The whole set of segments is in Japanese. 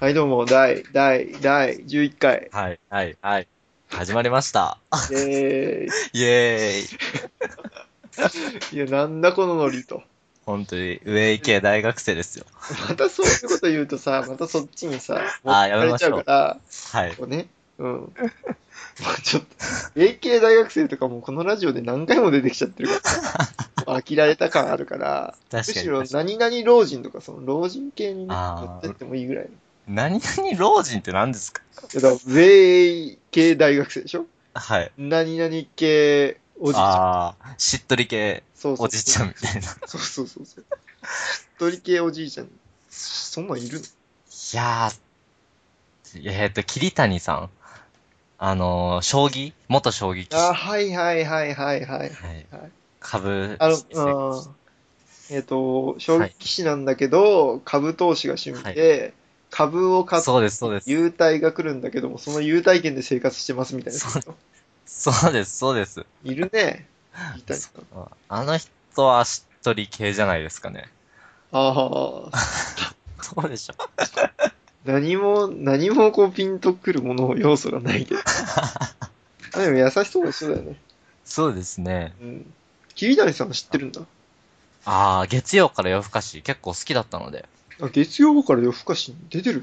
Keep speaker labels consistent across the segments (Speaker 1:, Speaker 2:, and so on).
Speaker 1: はい、どうも、第、第、第11回。
Speaker 2: はい、はい、はい。始まりました。
Speaker 1: え
Speaker 2: イエーイ。
Speaker 1: ー、いや、なんだこのノリと。
Speaker 2: 本当に、上行け大学生ですよ。
Speaker 1: またそういうこと言うと さ、またそっちにさ、
Speaker 2: あーやめましょう
Speaker 1: 持ってかれちゃうから、
Speaker 2: はい。
Speaker 1: こうね、うん。 もうちょっと、AK 大学生とかもこのラジオで何回も出てきちゃってるから、飽きられた感あるから、む
Speaker 2: 確か
Speaker 1: し
Speaker 2: に
Speaker 1: ろ
Speaker 2: 確か
Speaker 1: 何々老人とか、その老人系にね、
Speaker 2: あー
Speaker 1: 持ってってもいいぐらい。
Speaker 2: に。何々老人って何ですか
Speaker 1: だから、上系大学生でしょ
Speaker 2: はい。
Speaker 1: 何々系おじいちゃん。
Speaker 2: ああ、しっとり系
Speaker 1: そうそうそう
Speaker 2: おじいちゃんみたいな。い
Speaker 1: そうそうそうそう。鳥系おじいちゃん。そんなんいるの
Speaker 2: やー、えーっと、桐谷さん。あのー、将棋元将棋棋士。
Speaker 1: あ、
Speaker 2: は
Speaker 1: はいはいはいはいはい。
Speaker 2: い。株
Speaker 1: あの、
Speaker 2: 式正
Speaker 1: うんえっ、と、将棋棋士なんだけど、株投資が趣味で、株を買
Speaker 2: 規
Speaker 1: って、
Speaker 2: そうです、そうです。
Speaker 1: 優待が来るんだけども、その優待券で生活してますみたいな人。
Speaker 2: そうです、そうです。
Speaker 1: いるね。いたいな。
Speaker 2: あの人はしっとり系じゃないですかね。
Speaker 1: ああ、
Speaker 2: そうでしょ
Speaker 1: 何も、何もこうピンとくるもの、要素がない けど。あでも優しそうな人だよね。
Speaker 2: そうですね。
Speaker 1: うん。桐谷さん知ってるんだ。
Speaker 2: ああ、月曜から夜更かし結構好きだったので。
Speaker 1: あ、月曜から夜更かしに出てる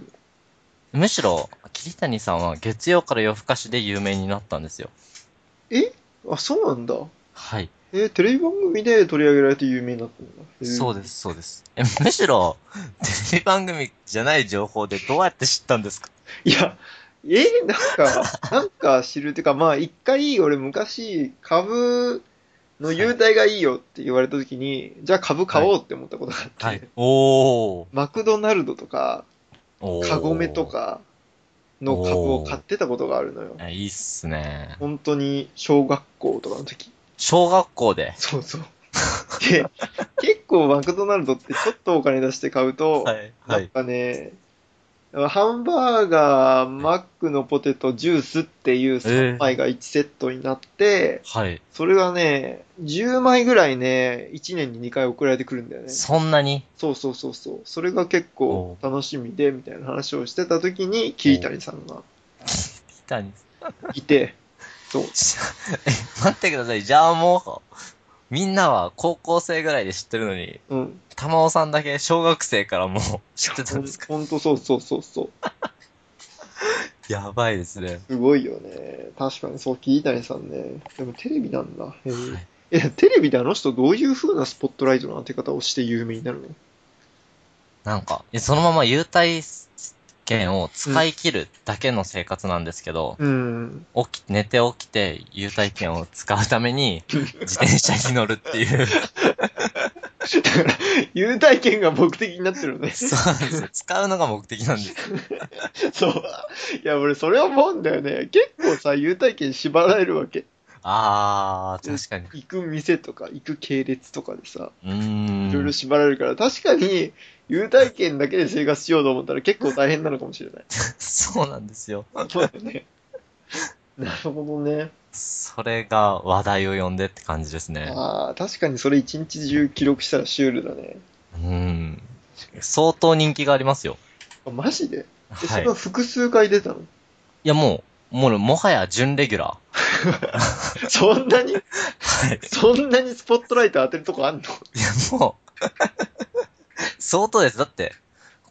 Speaker 1: の
Speaker 2: むしろ、桐谷さんは月曜から夜更かしで有名になったんですよ。
Speaker 1: あ、そうなんだ。
Speaker 2: はい。
Speaker 1: えーテレビ番組で取り上げられて有名になったんだ。へー
Speaker 2: そうです、そうです。え、むしろ、テレビ番組じゃない情報でどうやって知ったんですか
Speaker 1: いや、えーなんか、 なんか知るっていうか、まあ、一回俺昔、株の優待がいいよって言われた時に、じゃあ株買おうって思ったことがあって、
Speaker 2: はい。おー。
Speaker 1: マクドナルドとか、
Speaker 2: おー。
Speaker 1: カゴメと。かの株を買ってたことがあるのよ。
Speaker 2: いいっすね。
Speaker 1: 本当に小学校とかの時。
Speaker 2: 小学校で。
Speaker 1: そう そう。で、結構マクドナルドってちょっとお金出して買うと、
Speaker 2: はい。
Speaker 1: な
Speaker 2: は
Speaker 1: ん
Speaker 2: い。
Speaker 1: かね、ハンバーガー、マックのポテト、ジュースっていう3枚が1セットになって、
Speaker 2: はい。
Speaker 1: それがね、10枚ぐらいね、1年に2回送られてくるんだよね。
Speaker 2: そんなに
Speaker 1: そうそうそうそう。それが結構楽しみで、みたいな話をしてた時に、桐谷さんが
Speaker 2: 桐 谷さん。
Speaker 1: いて、そう。
Speaker 2: え、待ってください。じゃあもう、みんなは高校生ぐらいで知ってるのに、
Speaker 1: うん。
Speaker 2: 玉尾さんだけ小学生からもう知ってた
Speaker 1: ほ
Speaker 2: ん
Speaker 1: ん
Speaker 2: ですか
Speaker 1: ほんとそうそうそうそう。
Speaker 2: やばいですね。
Speaker 1: すごいよね。確かにそう、桐谷さんね。でもテレビなんだ。へえ
Speaker 2: はい
Speaker 1: え、テレビであの人どういう風なスポットライトの当て方をして有名になるの
Speaker 2: なんか、いやそのまま優待券を使い切るだけの生活なんですけど、
Speaker 1: うん。
Speaker 2: 起き、寝て起きて優待券を使うために自転車に乗るってい
Speaker 1: だ
Speaker 2: う、
Speaker 1: から、優待券が目的になってるのね。
Speaker 2: そうなんですよ。使うのが目的なんです。
Speaker 1: そう。いや、俺、それ思うんだよね。結構さ、優待券縛られるわけ。
Speaker 2: あー、確かに。
Speaker 1: 行く店とか、行く系列とかでさ、
Speaker 2: うーん。
Speaker 1: いろいろ縛られるから、確かに、優待券だけで生活しようと思ったら結構大変なのかもしれない。
Speaker 2: そうなんですよ。
Speaker 1: そうだよね。なるほどね。
Speaker 2: それが話題を呼んでって感じですね。
Speaker 1: ああ、確かにそれ一日中記録したらシュールだね。
Speaker 2: うーん。相当人気がありますよ。
Speaker 1: あマジでえ、
Speaker 2: は
Speaker 1: そ
Speaker 2: い
Speaker 1: れ。は複数回出たの、
Speaker 2: いや、もう、もう、もはや準レギュラ
Speaker 1: そんなに、
Speaker 2: ー。はい。
Speaker 1: そんなにスポットライト当てるとこあんの
Speaker 2: いや、もう、相当です。だって、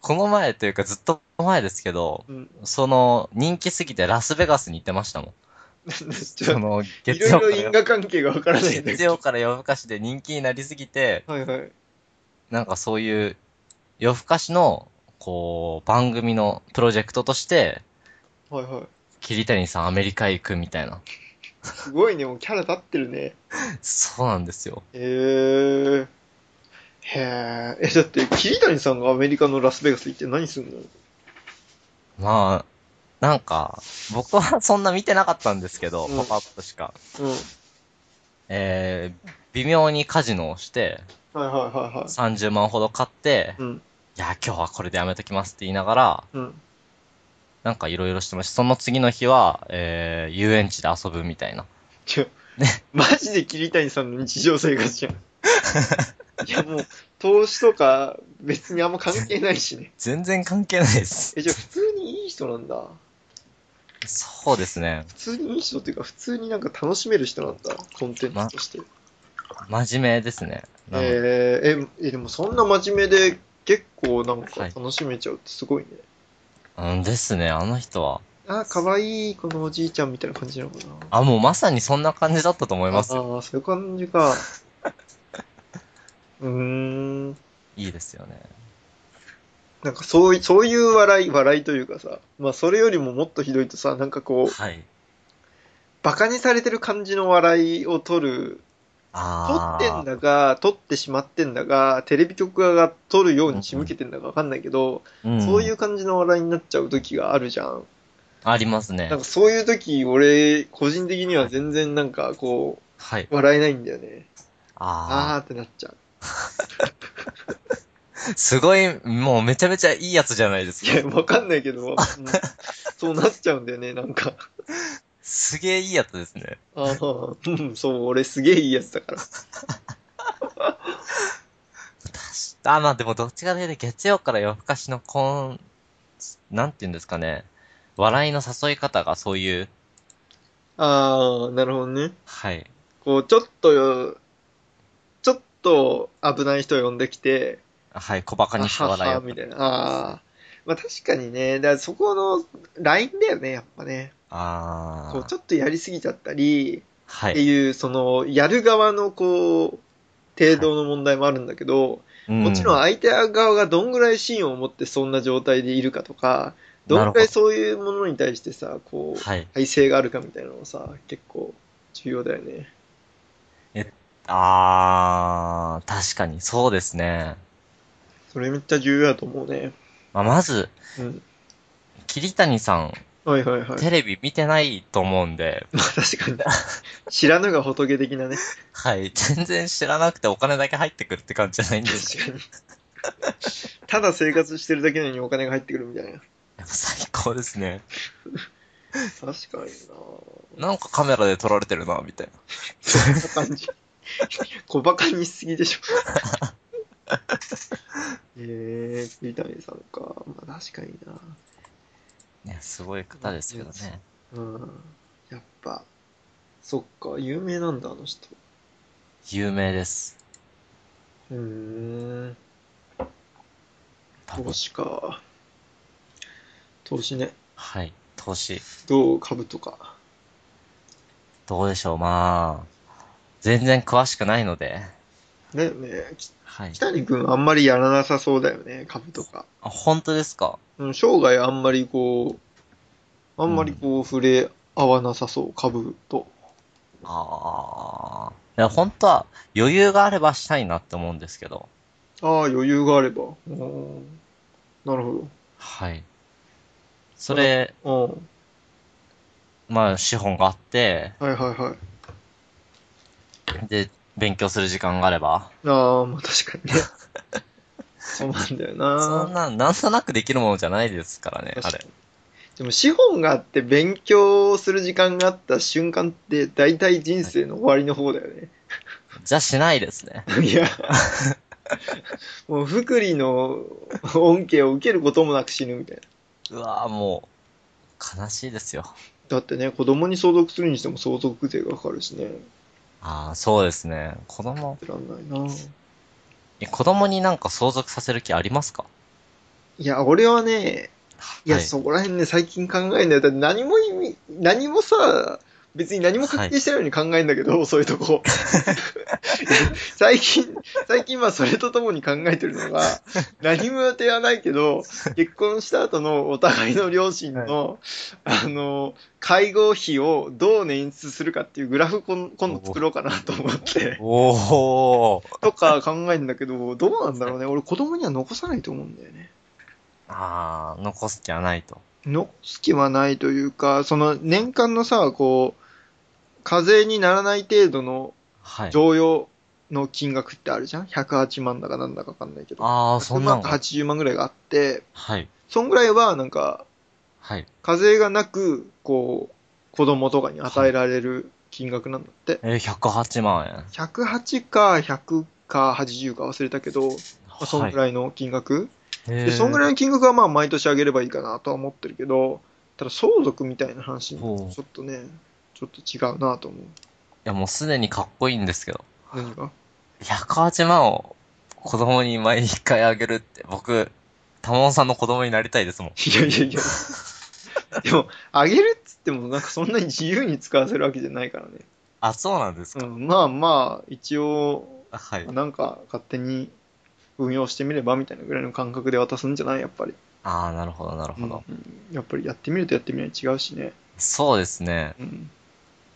Speaker 2: この前というかずっと前ですけど、
Speaker 1: うん。
Speaker 2: その、人気すぎてラスベガスに行ってましたもん。
Speaker 1: ちょ
Speaker 2: その、
Speaker 1: い
Speaker 2: 月曜か
Speaker 1: ろいろ
Speaker 2: ら
Speaker 1: 因果
Speaker 2: 夜、
Speaker 1: 関係がわからないんだけ
Speaker 2: 月
Speaker 1: ど。
Speaker 2: 曜から夜更かしで人気になりすぎて、
Speaker 1: はいはい。
Speaker 2: なんかそういう、夜更かしの、こう、番組のプロジェクトとして、
Speaker 1: はいはい。
Speaker 2: 桐谷さんアメリカ行くみたいな。
Speaker 1: すごいね、もうキャラ立ってるね。
Speaker 2: そうなんですよ。
Speaker 1: へー。へー。え、だって、桐谷さんがアメリカのラスベガス行って何すんの
Speaker 2: まあ、なんか、僕はそんな見てなかったんですけど、
Speaker 1: うん
Speaker 2: ポパッとしか。
Speaker 1: うん。
Speaker 2: えー、微妙にカジノをして、
Speaker 1: はいはいはいはい。
Speaker 2: 30万ほど買って、
Speaker 1: うん。
Speaker 2: いや、今日はこれでやめときますって言いながら、
Speaker 1: うん。
Speaker 2: なんかいろいろしてました。その次の日は、えー、遊園地で遊ぶみたいな。
Speaker 1: ちょ、マジで桐谷さんの日常生活じゃん。いやもう、投資とか別にあんま関係ないしね。
Speaker 2: 全然関係ないです。
Speaker 1: え、じゃあ普通にいい人なんだ。
Speaker 2: そうですね。
Speaker 1: 普通にいい人っていうか、普通になんか楽しめる人なんだ。コンテンツとして。
Speaker 2: 真面目ですね。なんか
Speaker 1: えーえ、え、でもそんな真面目で結構なんか楽しめちゃうってすごいね。
Speaker 2: うんですね、あの人は。
Speaker 1: あー、かわいい、このおじいちゃんみたいな感じなのかな。
Speaker 2: あ、もうまさにそんな感じだったと思いますよ。
Speaker 1: ああ、そういう感じか。 うーん。
Speaker 2: いいですよね。
Speaker 1: なんかそうい、そういう笑い、笑いというかさ、まあそれよりももっとひどいとさ、なんかこう、
Speaker 2: はい。
Speaker 1: バカにされてる感じの笑いを取る、取
Speaker 2: ああ。
Speaker 1: ってんだか、取ってしまってんだか、テレビ局側が取るように仕向けてんだかわかんないけど、
Speaker 2: うん、
Speaker 1: そういう感じの笑いになっちゃう時があるじゃん。
Speaker 2: ありますね
Speaker 1: なん。かそういう時、俺、個人的には全然なんかこ
Speaker 2: はい。
Speaker 1: う、笑えないんだよね。あ
Speaker 2: あ
Speaker 1: ーってなっちゃう。
Speaker 2: あ。すごい、もうめちゃめちゃいいやつじゃないです
Speaker 1: い
Speaker 2: か。
Speaker 1: や、わかんないけど、 もうそうなっちゃうんだよね、なんか。
Speaker 2: すげえいいやつですね。
Speaker 1: ああ、うん、そう、俺すげえいいやつだから。
Speaker 2: あ、まあでもどっちかというと月曜から夜更かしのこん、なんて言うんですかね。笑いの誘い方がそういう、
Speaker 1: ああ、なるほどね。
Speaker 2: はい。
Speaker 1: こう、ちょっと、ちょっと危ない人呼んできて、
Speaker 2: はい、小馬鹿にして笑い
Speaker 1: あはは
Speaker 2: を。
Speaker 1: みたいな。ああ。まあ確かにね、だからそこのラインだよね、やっぱね。
Speaker 2: あ
Speaker 1: こう、
Speaker 2: あ。
Speaker 1: ちょっとやりすぎちゃったり、
Speaker 2: は
Speaker 1: って
Speaker 2: い。
Speaker 1: いう、その、やる側のこう、程度の問題もあるんだけど、もちろん
Speaker 2: う
Speaker 1: 相手側がどんぐらい芯を持ってそんな状態でいるかとか、どんぐらいそういうものに対してさ、こう、
Speaker 2: はい。
Speaker 1: 耐性があるかみたいなのもさ、結構重要だよね。
Speaker 2: ああ、確かに、そうですね。
Speaker 1: それめっちゃ重要だと思うね。
Speaker 2: まあ、まず、
Speaker 1: うん。
Speaker 2: 桐谷さん、
Speaker 1: はいはいはい。
Speaker 2: テレビ見てないと思うんで、
Speaker 1: まあ確かに。知らぬが仏的なね。
Speaker 2: はい、全然知らなくてお金だけ入ってくるって感じじゃないんですよ。
Speaker 1: 確か に。ただ生活してるだけなのにお金が入ってくるみたいな。
Speaker 2: やっぱ最高ですね。
Speaker 1: 確かに
Speaker 2: なんかカメラで撮られてるな、みたいな。
Speaker 1: なこんな感じ。 小馬鹿にしすぎで しょ。えー、栗谷さんか。まあ確かにな。
Speaker 2: ね、すごい方ですけどね。
Speaker 1: うんやっぱ、そっか、有名なんだ、あの人。
Speaker 2: 有名です。
Speaker 1: うーん、
Speaker 2: 多
Speaker 1: 投
Speaker 2: 分。
Speaker 1: 資か。投資ね。
Speaker 2: はい。投資。
Speaker 1: どう株とか。
Speaker 2: どうでしょう、まあ。全然詳しくないので。
Speaker 1: だよね。き
Speaker 2: はい。
Speaker 1: 北谷君あんまりやらなさそうだよね、株とか。
Speaker 2: あ、本当ですか
Speaker 1: うん、生涯あんまりこう、あんまりこう、触れ合わなさそう、株と。
Speaker 2: ああ。いや、本当は余裕があればしたいなって思うんですけど。
Speaker 1: ああ、余裕があれば。うんなるほ
Speaker 2: はい。それ、
Speaker 1: ど。うん。
Speaker 2: まあ、資本があって、
Speaker 1: はいはいはい。
Speaker 2: で、勉強する時間があれば。
Speaker 1: ああ、まあ確か にね。そうなんだよな。
Speaker 2: そんな、なんとなくできるものじゃないですからね、あ
Speaker 1: 確か
Speaker 2: れ
Speaker 1: に。でも資本があって勉強する時間があった瞬間って大体人生の終わりの方だよね。
Speaker 2: じゃあしないですね。
Speaker 1: い、や、 もう福利の恩恵を受けることもなく死ぬみたいな。
Speaker 2: うわぁ、もう、悲しいですよ。
Speaker 1: だってね、子供に相続するにしても相続税がかかるしね。
Speaker 2: ああ、そうですね。子供、
Speaker 1: やってらんないな。
Speaker 2: え子供になんか相続させる気ありますか
Speaker 1: いや、俺はね、いや、
Speaker 2: はい
Speaker 1: そこら辺ね、最近考えんだよ。だって何も意味、何もさ、別に何も確定してないように考えんだけど、そういうと こ。最近、最近まあそれとともに考えてるのが、何も予定はないけど、結婚した後のお互いの両親の、あの、介護費をどう捻出するかっていうグラフ今今度作ろうかなと思って、
Speaker 2: おー。
Speaker 1: とか考えるんだけど、どうなんだろうね。俺子供には残さないと思うんだよね。
Speaker 2: ああ、残す気はないと。
Speaker 1: 残す気はないというか、その年間のさ、こう、課税にならない程度の
Speaker 2: はい。
Speaker 1: 常用の金額ってあるじゃん ?108 万だかなんだかわかんないけど。
Speaker 2: ああ、そん
Speaker 1: 100
Speaker 2: な
Speaker 1: 万
Speaker 2: の
Speaker 1: か
Speaker 2: が。
Speaker 1: 80万ぐらいがあって、
Speaker 2: はい。
Speaker 1: そんぐらいはなんか、
Speaker 2: はい。
Speaker 1: 課税がなく、こう、子供とかに与えられる金額なんだって。
Speaker 2: えー、108万円。
Speaker 1: 108かか80か忘れたけど、まあそんぐ
Speaker 2: い。
Speaker 1: らいの金額、で
Speaker 2: へー
Speaker 1: そんぐらいの金額はまあ毎年上げればいいかなとは思ってるけど、ただ相続みたいな話になる
Speaker 2: ほう
Speaker 1: とちょっとね、ちょっと違うなと思う。
Speaker 2: いや、もうすでにかっこいいんですけど。
Speaker 1: 何が
Speaker 2: 108万を子供に毎日1回あげるって、僕、玉尾さんの子供になりたいですもん。
Speaker 1: いやいや いや。でも、あげるっつっても、なんかそんなに自由に使わせるわけじゃないからね。
Speaker 2: あ、そうなんですか。
Speaker 1: うん、まあまあ、一応、
Speaker 2: はい。
Speaker 1: なんか勝手に運用してみればみたいなぐらいの感覚で渡すんじゃないやっぱり。
Speaker 2: ああ、なるほど、なる
Speaker 1: う
Speaker 2: ほ
Speaker 1: ん
Speaker 2: ど。
Speaker 1: やっぱりやってみるとやってみないと違うしね。
Speaker 2: そうですね。
Speaker 1: うん。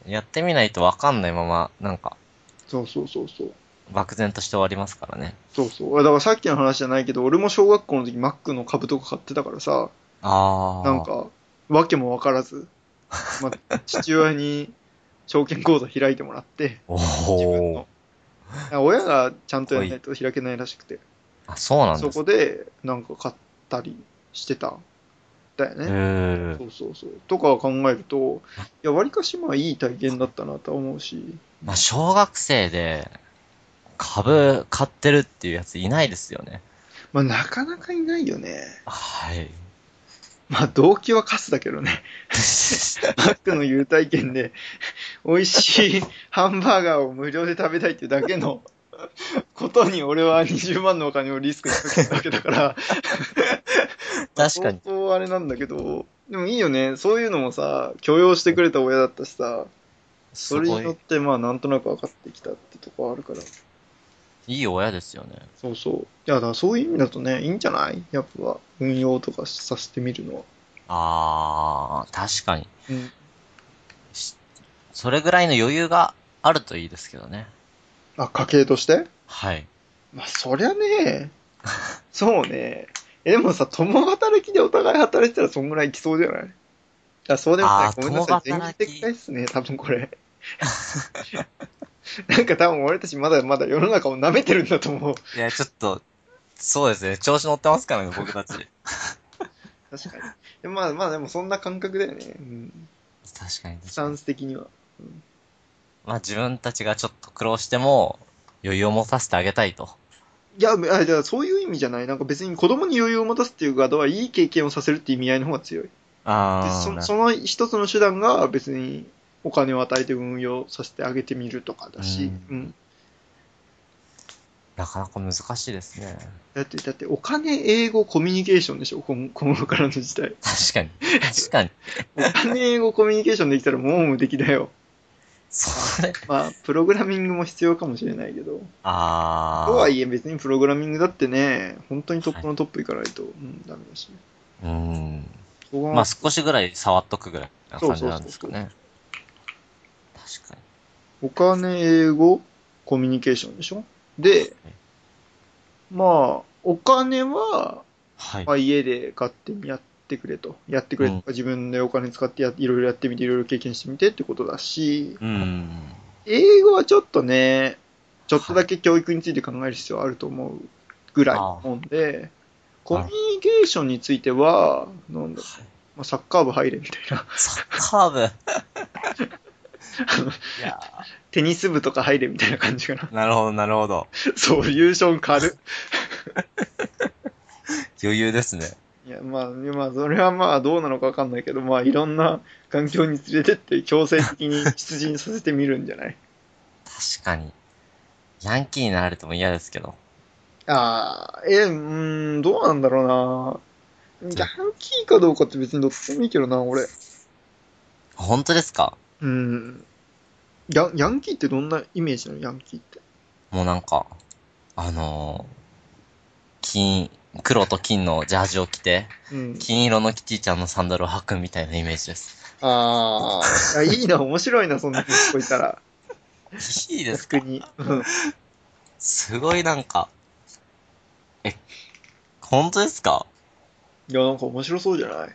Speaker 2: やってみないとわかんないまま、なんか、
Speaker 1: そうそうそうそう。
Speaker 2: 漠然として終わりますからね。
Speaker 1: そうそう。だからさっきの話じゃないけど、俺も小学校の時、マックの株とか買ってたからさ、
Speaker 2: ああ。
Speaker 1: なん。か、わけもわからず、ま あ、父親に証券口座開いてもらって、
Speaker 2: お
Speaker 1: 自分
Speaker 2: お
Speaker 1: の。。親がちゃんとやらないと開けないらしくて、
Speaker 2: あ、そうなん
Speaker 1: そ
Speaker 2: です
Speaker 1: こでなんか買ったりしてたんだよ
Speaker 2: へ
Speaker 1: ね。
Speaker 2: え
Speaker 1: そうそうそう。とか考えると、いや、わりかしまあいい体験だったなとは思うし、
Speaker 2: まあ、小学生で、株買ってるっていうやついないですよね。
Speaker 1: まあなかなかいないよね。
Speaker 2: はい。
Speaker 1: まあ動機はカスだけど ね。マックの優待券で、美味しいハンバーガーを無料で食べたいっていうだけのことに、俺は20万のお金をリスクにかけたわけだから、
Speaker 2: 確かに。
Speaker 1: 相当あれなんだけど、でもいいよね、そういうのもさ、許容してくれた親だったしさ、それ
Speaker 2: すご
Speaker 1: に
Speaker 2: い
Speaker 1: よって、まあ、なんとなく分かってきたってとこあるから、
Speaker 2: いい親ですよね。
Speaker 1: そうそう。いや、だからそういう意味だとね、いいんじゃないやっぱ、運用とかさせてみるのは。
Speaker 2: ああ、確かに。
Speaker 1: うん
Speaker 2: それぐらいの余裕があるといいですけどね。
Speaker 1: あ、家計として
Speaker 2: はい。
Speaker 1: まあ、そりゃ ね、そうね。えでもさ、共働きでお互い働いてたらそんぐらいいきそうじゃないあ、そうでもな
Speaker 2: あ
Speaker 1: い。
Speaker 2: ー
Speaker 1: ごめんなさい。
Speaker 2: 共
Speaker 1: 全
Speaker 2: 働
Speaker 1: 義
Speaker 2: き
Speaker 1: 的解っすね、多分こ れ。なんか多分俺たちまだまだ世の中を舐めてるんだと思う。
Speaker 2: いや、ちょっと、そうですね。調子乗ってますからね、僕た ち。確
Speaker 1: 確かに。 でまあまあでもそんな感覚だよね。うん。
Speaker 2: かに。
Speaker 1: スタンス的には。
Speaker 2: まあ自分たちがちょっと苦労しても、余裕を持たせてあげたいと。
Speaker 1: いや、あじゃあそういう意味じゃない。なんか別に子供に余裕を持たすっていう側はいい経験をさせるっていう意味合いの方が強い。で
Speaker 2: あ
Speaker 1: そ
Speaker 2: あ、
Speaker 1: その一つの手段が別にお金を与えて運用させてあげてみるとかだし、
Speaker 2: う
Speaker 1: うんん
Speaker 2: なかなか難しいですね。
Speaker 1: だってだってお金英語コミュニケーションでしょ今今後からの時 代
Speaker 2: 確かに。確かに。
Speaker 1: お金英語コミュニケーションできたらもう無敵だよ
Speaker 2: それ、
Speaker 1: まあプログラミングも必要かもしれないけど
Speaker 2: ああ。
Speaker 1: とはいえ別にプログラミングだってね本当にトップのトップいかないと、うんダメだしね
Speaker 2: うん。
Speaker 1: そこが
Speaker 2: まあ少しぐらい触っとくぐらいな感じなんですかね。確かに。
Speaker 1: お金英語コミュニケーションでしょでまあお金は
Speaker 2: はい。
Speaker 1: まあ、家で勝手にやってくれと。やってくれとか、自分でお金使ってやいろいろやってみて、いろいろ経験してみてってことだし、
Speaker 2: うん。
Speaker 1: 英語はちょっとね、ちょっとだけ教育について考える必要はあると思うぐらい
Speaker 2: ああ
Speaker 1: もんで、コミュニケーションについては、なんだ、
Speaker 2: はい
Speaker 1: まあ、サッカー部入れみたいな、
Speaker 2: サッカー部。いや
Speaker 1: テニス部とか入れみたいな感じかな。
Speaker 2: ーなるほど、なるほど。
Speaker 1: そう、優勝軽。
Speaker 2: 余裕ですね。
Speaker 1: いや、まあ、まあ、それはまあ、どうなのかわかんないけど、まあ、いろんな環境に連れてって、強制的に出陣させてみるんじゃない
Speaker 2: 確かに。ヤンキーになられても嫌ですけど。
Speaker 1: ああ、え、うーん、どうなんだろうな。ヤンキーかどうかって別にどっちでもいいけどな、俺。
Speaker 2: 本当ですか
Speaker 1: うん。ヤンヤンキーってどんなイメージなのヤンキーって。
Speaker 2: もうなんか、あのー金、黒と金のジャージを着て、
Speaker 1: うん。
Speaker 2: 金色のキティちゃんのサンダルを履くみたいなイメージです。
Speaker 1: ああ、いやいいな、面白いな、そんな息子いたら。
Speaker 2: いいですか
Speaker 1: 逆に。うん。
Speaker 2: すごいなんか、え、本当ですか
Speaker 1: いや、なんか面白そうじゃない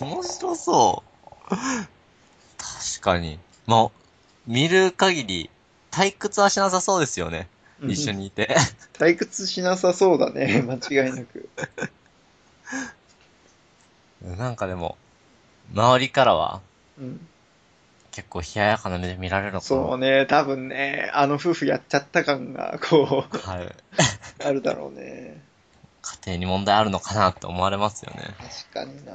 Speaker 2: 面白そう。確かに。まあ、見る限り、退屈はしなさそうですよね。
Speaker 1: うん
Speaker 2: 一緒。にいて。
Speaker 1: 退屈しなさそうだね、 間違いなく。
Speaker 2: なんかでも、周りからは、
Speaker 1: うん。
Speaker 2: 結構冷ややかな目で見られるのかな。
Speaker 1: そうね、多分ね、あの夫婦やっちゃった感が、こう、
Speaker 2: はい。
Speaker 1: あるだろうね。
Speaker 2: 家庭に問題あるのかなって思われますよね。
Speaker 1: 確かにな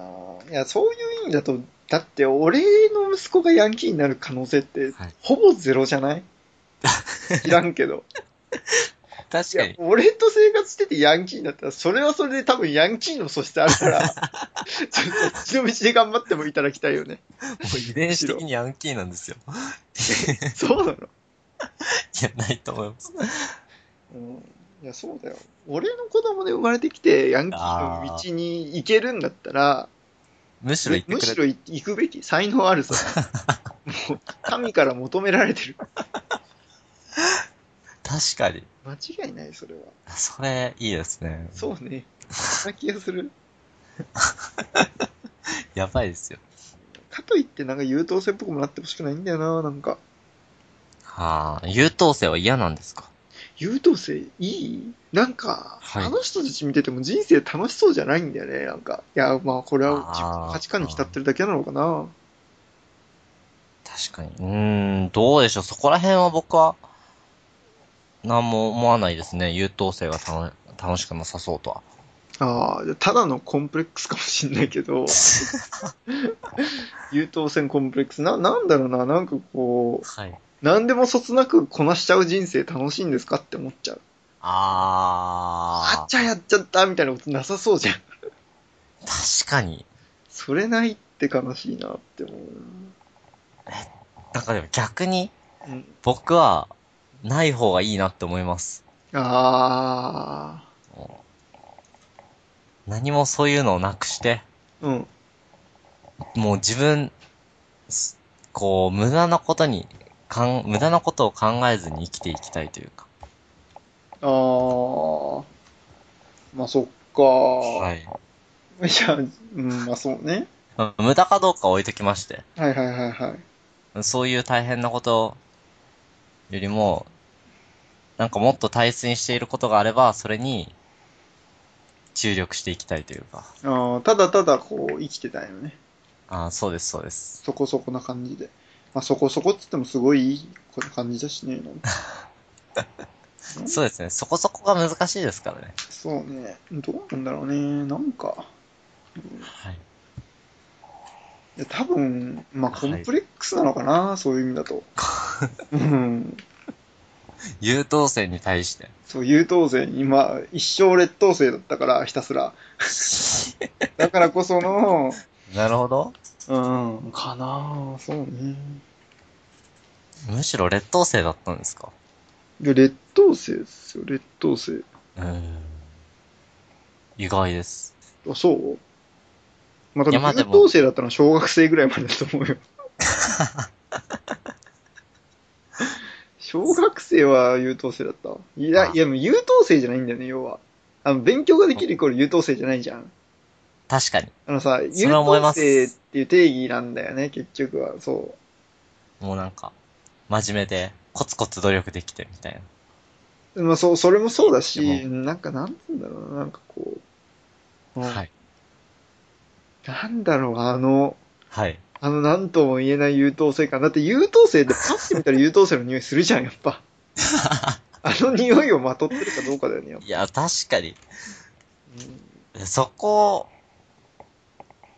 Speaker 1: いや、そういう意味だと、だって俺の息子がヤンキーになる可能性って
Speaker 2: はい、
Speaker 1: ほぼゼロじゃない 知らんけど。
Speaker 2: 確
Speaker 1: い
Speaker 2: か
Speaker 1: や
Speaker 2: に、。
Speaker 1: 俺と生活しててヤンキーになったら、それはそれで多分ヤンキーの素質ある から、そそっちの道で頑張ってもいただきたいよね。
Speaker 2: もう遺伝子的にヤンキーなんですよ。
Speaker 1: そうなの、
Speaker 2: いや、ないと思います。
Speaker 1: うん、いや、そうだよ。俺の子供で生まれてきて、ヤンキーの道に行けるんだったら、
Speaker 2: むしろ言って
Speaker 1: む
Speaker 2: くれ
Speaker 1: しろ行くべき才能ある さもう神から求められてる
Speaker 2: 確かに。
Speaker 1: 間違いないそれは
Speaker 2: それ、いいですね。
Speaker 1: そうねそんな気がする
Speaker 2: やばいですよ。
Speaker 1: かといってなんか優等生っぽくもなってほしくないんだよななんか
Speaker 2: はあ、優等生は嫌なんですか
Speaker 1: 優等生いいなんか、
Speaker 2: はい
Speaker 1: あの人たち見てても人生楽しそうじゃないんだよねなんかいやまあこれは自分の価値観に浸ってるだけなのかな
Speaker 2: 確かに。うーん、どうでしょう。そこら辺は僕は、何も思わないですね。優等生が楽楽しくなさそうとは。
Speaker 1: ああただのコンプレックスかもしんないけ ど優等生コンプレックスななんだろうななんかこう
Speaker 2: はい。
Speaker 1: 何でもそつなくこなしちゃう人生楽しいんですかって思っちゃう。あ
Speaker 2: あ
Speaker 1: っちゃやっちゃったみたいなことなさそうじゃん。
Speaker 2: ー、確かに。
Speaker 1: それないって悲しいなって思う
Speaker 2: なんかでも逆に、
Speaker 1: な。うん、
Speaker 2: 僕は、ない方がいいなって思います。
Speaker 1: あ
Speaker 2: 何もそういうのをなくして、
Speaker 1: ー。うん。
Speaker 2: もう自分、すこう、無駄なことに、かん、無駄なことを考えずに生きていきたいというか。
Speaker 1: あー。まあそっか。
Speaker 2: はいい。
Speaker 1: や、うん、まあそうね。
Speaker 2: うん無駄かどうかは置いときまして、
Speaker 1: はいはいはいはい。
Speaker 2: そういう大変なことよりも、なんかもっと大切にしていることがあれば、それに注力していきたいというか。
Speaker 1: あーただただこう生きてたよね。
Speaker 2: ああ、そうです、そうです。
Speaker 1: そこそこな感じで。まあそこそこって言ってもすごいいい感じだしね。なん か
Speaker 2: そうですね。そこそこが難しいですからね。
Speaker 1: そうね。どうなんだろうね。なんか。
Speaker 2: はい。
Speaker 1: いや多分、まあ、
Speaker 2: はい
Speaker 1: コンプレックスなのかな、そういう意味だ と。うん。
Speaker 2: 優等生に対して。
Speaker 1: そう、優等生に、まあ、一生劣等生だったから、ひたす ら。だからこその、
Speaker 2: なるほど。
Speaker 1: うん、かなそうね。
Speaker 2: むしろ劣等生だったんですか。
Speaker 1: で、劣等生ですよ、劣等生。
Speaker 2: うん。意外です。
Speaker 1: あ、そうまあ、多
Speaker 2: いやまあ
Speaker 1: 分
Speaker 2: で
Speaker 1: 優
Speaker 2: も
Speaker 1: 等生だったのは小学生ぐらいまでだと思う よ。小学生は優等生だった。いや、いや、でも優等生じゃないんだよね、要は。あの、勉強ができるイコール優等生じゃないじゃん。
Speaker 2: 確かに。
Speaker 1: あのさ、
Speaker 2: そ
Speaker 1: 優
Speaker 2: れは思い
Speaker 1: 等
Speaker 2: ます
Speaker 1: 生っていう定義なんだよね、結局は。そう。
Speaker 2: もうなんか、真面目で、コツコツ努力できてみたいな。
Speaker 1: まあ、そう、それもそうだし、
Speaker 2: で
Speaker 1: なんか、なんつうんだろうな、なんかこう。うん
Speaker 2: はい。
Speaker 1: なんだろう、あの、
Speaker 2: はい。
Speaker 1: あの、なんとも言えない優等生感。だって優等生ってパッて見たら優等生の匂いするじゃん、やっぱ。あの匂いをまとってるかどうかだよね、やっぱ
Speaker 2: いや、確かに。
Speaker 1: うん
Speaker 2: そこ、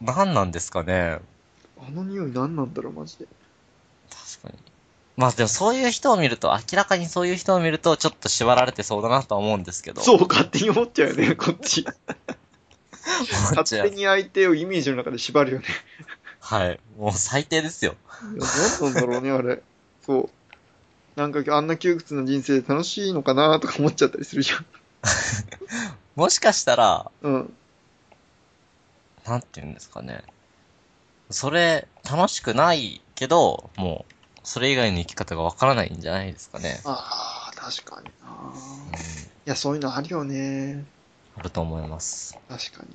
Speaker 2: 何なんですかね。
Speaker 1: あの匂い何なんだろう、マジで。
Speaker 2: 確かに。まあでもそういう人を見ると、明らかにそういう人を見ると、ちょっと縛られてそうだなとは思うんですけど。。
Speaker 1: そうう、勝手に思っちゃうよね、こっち。勝手に相手をイメージの中で縛るよね。
Speaker 2: はい。もう最低ですよ。
Speaker 1: いや、何なんだろうね、あれ。そう。なんかあんな窮屈な人生楽しいのかなとか思っちゃったりするじゃん。
Speaker 2: もしかしたら、
Speaker 1: うん。
Speaker 2: なんて言うんですかね。それ、楽しくないけど、もう、それ以外の生き方がわからないんじゃないですかね。
Speaker 1: ああ、確かにな。
Speaker 2: うん
Speaker 1: い。や、そういうのあるよね。
Speaker 2: あると思います。
Speaker 1: 確かに。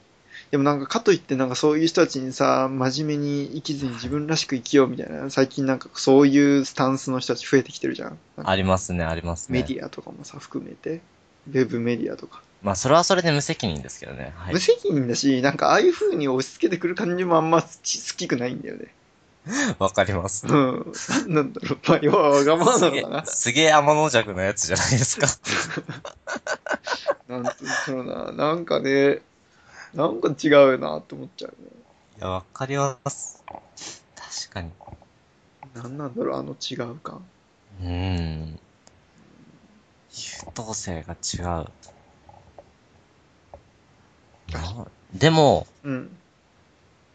Speaker 1: でもなんかかといってなんかそういう人たちにさ、真面目に生きずに自分らしく生きようみたいな、最近なんかそういうスタンスの人たち増えてきてるじゃん。なんか
Speaker 2: ありますね、ありますね。
Speaker 1: メディアとかもさ、含めて、ウェブメディアとか。
Speaker 2: まあ、それはそれで無責任ですけどね。はい
Speaker 1: 無。責任だし、なんかああいう風に押し付けてくる感じもあんま好き好きくないんだよね。
Speaker 2: わかります。
Speaker 1: うん。なんなんだろう。まあ、要はわがままなのかな。
Speaker 2: すげえ天の弱のやつじゃ ないですか。
Speaker 1: なんつうのかな。なんかね、なんか違うなって思っちゃうね。
Speaker 2: いや、わかります。確かに。
Speaker 1: なんなんだろう、あの違う感。
Speaker 2: うーん。優等生が違う。なでも、
Speaker 1: うん。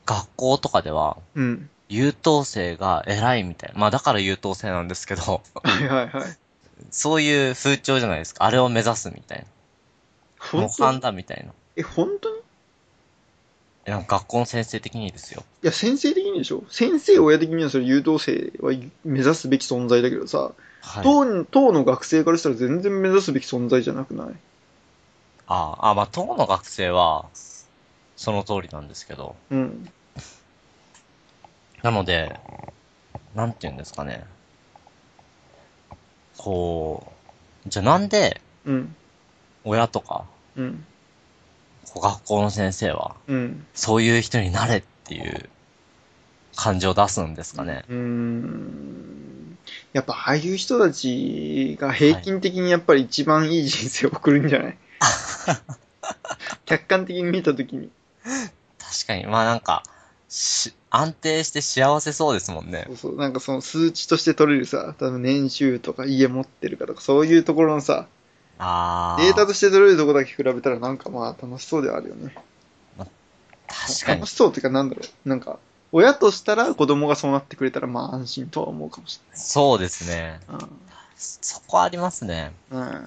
Speaker 2: 学校とかでは、
Speaker 1: うん。
Speaker 2: 優等生が偉いみたいな。まあだから優等生なんですけど、
Speaker 1: はいはいはい。
Speaker 2: そういう風潮じゃないですか。あれを目指すみたいな。模
Speaker 1: 本当
Speaker 2: 範
Speaker 1: に
Speaker 2: だみたいな。
Speaker 1: え、本当にい
Speaker 2: えなんか学校の先生的にですよ。
Speaker 1: や、先生的にでしょ先生、親的にはそれ優等生は目指すべき存在だけどさ、
Speaker 2: はい。
Speaker 1: 当の当の学生からしたら全然目指すべき存在じゃなくない
Speaker 2: ああ、まあ、当の学生は、その通りなんですけど。
Speaker 1: うん。
Speaker 2: なので、なんて言うんですかね。こう、じゃあなんで、
Speaker 1: うん。
Speaker 2: 親とか、
Speaker 1: うん。
Speaker 2: こう学校の先生は、
Speaker 1: うん。
Speaker 2: そういう人になれっていう感情を出すんですかね。
Speaker 1: うーん。やっぱ、ああいう人たちが平均的にやっぱり一番いい人生を送るんじゃない客観的に見たときに。
Speaker 2: 確かに、まあなんか、し、安定して幸せそうですもんね
Speaker 1: そ。うそう、なんかその数値として取れるさ、多分年収とか家持ってるかとか、そういうところのさ、
Speaker 2: ああ。
Speaker 1: データとして取れるところだけ比べたらなんかまあ楽しそうではあるよね。
Speaker 2: 確かに
Speaker 1: 楽し。そうっていうかなんだろう、なんか、親としたら子供がそうなってくれたらまあ安心とは思うかもし
Speaker 2: そうですね。
Speaker 1: れない。
Speaker 2: そこありますね。
Speaker 1: うん。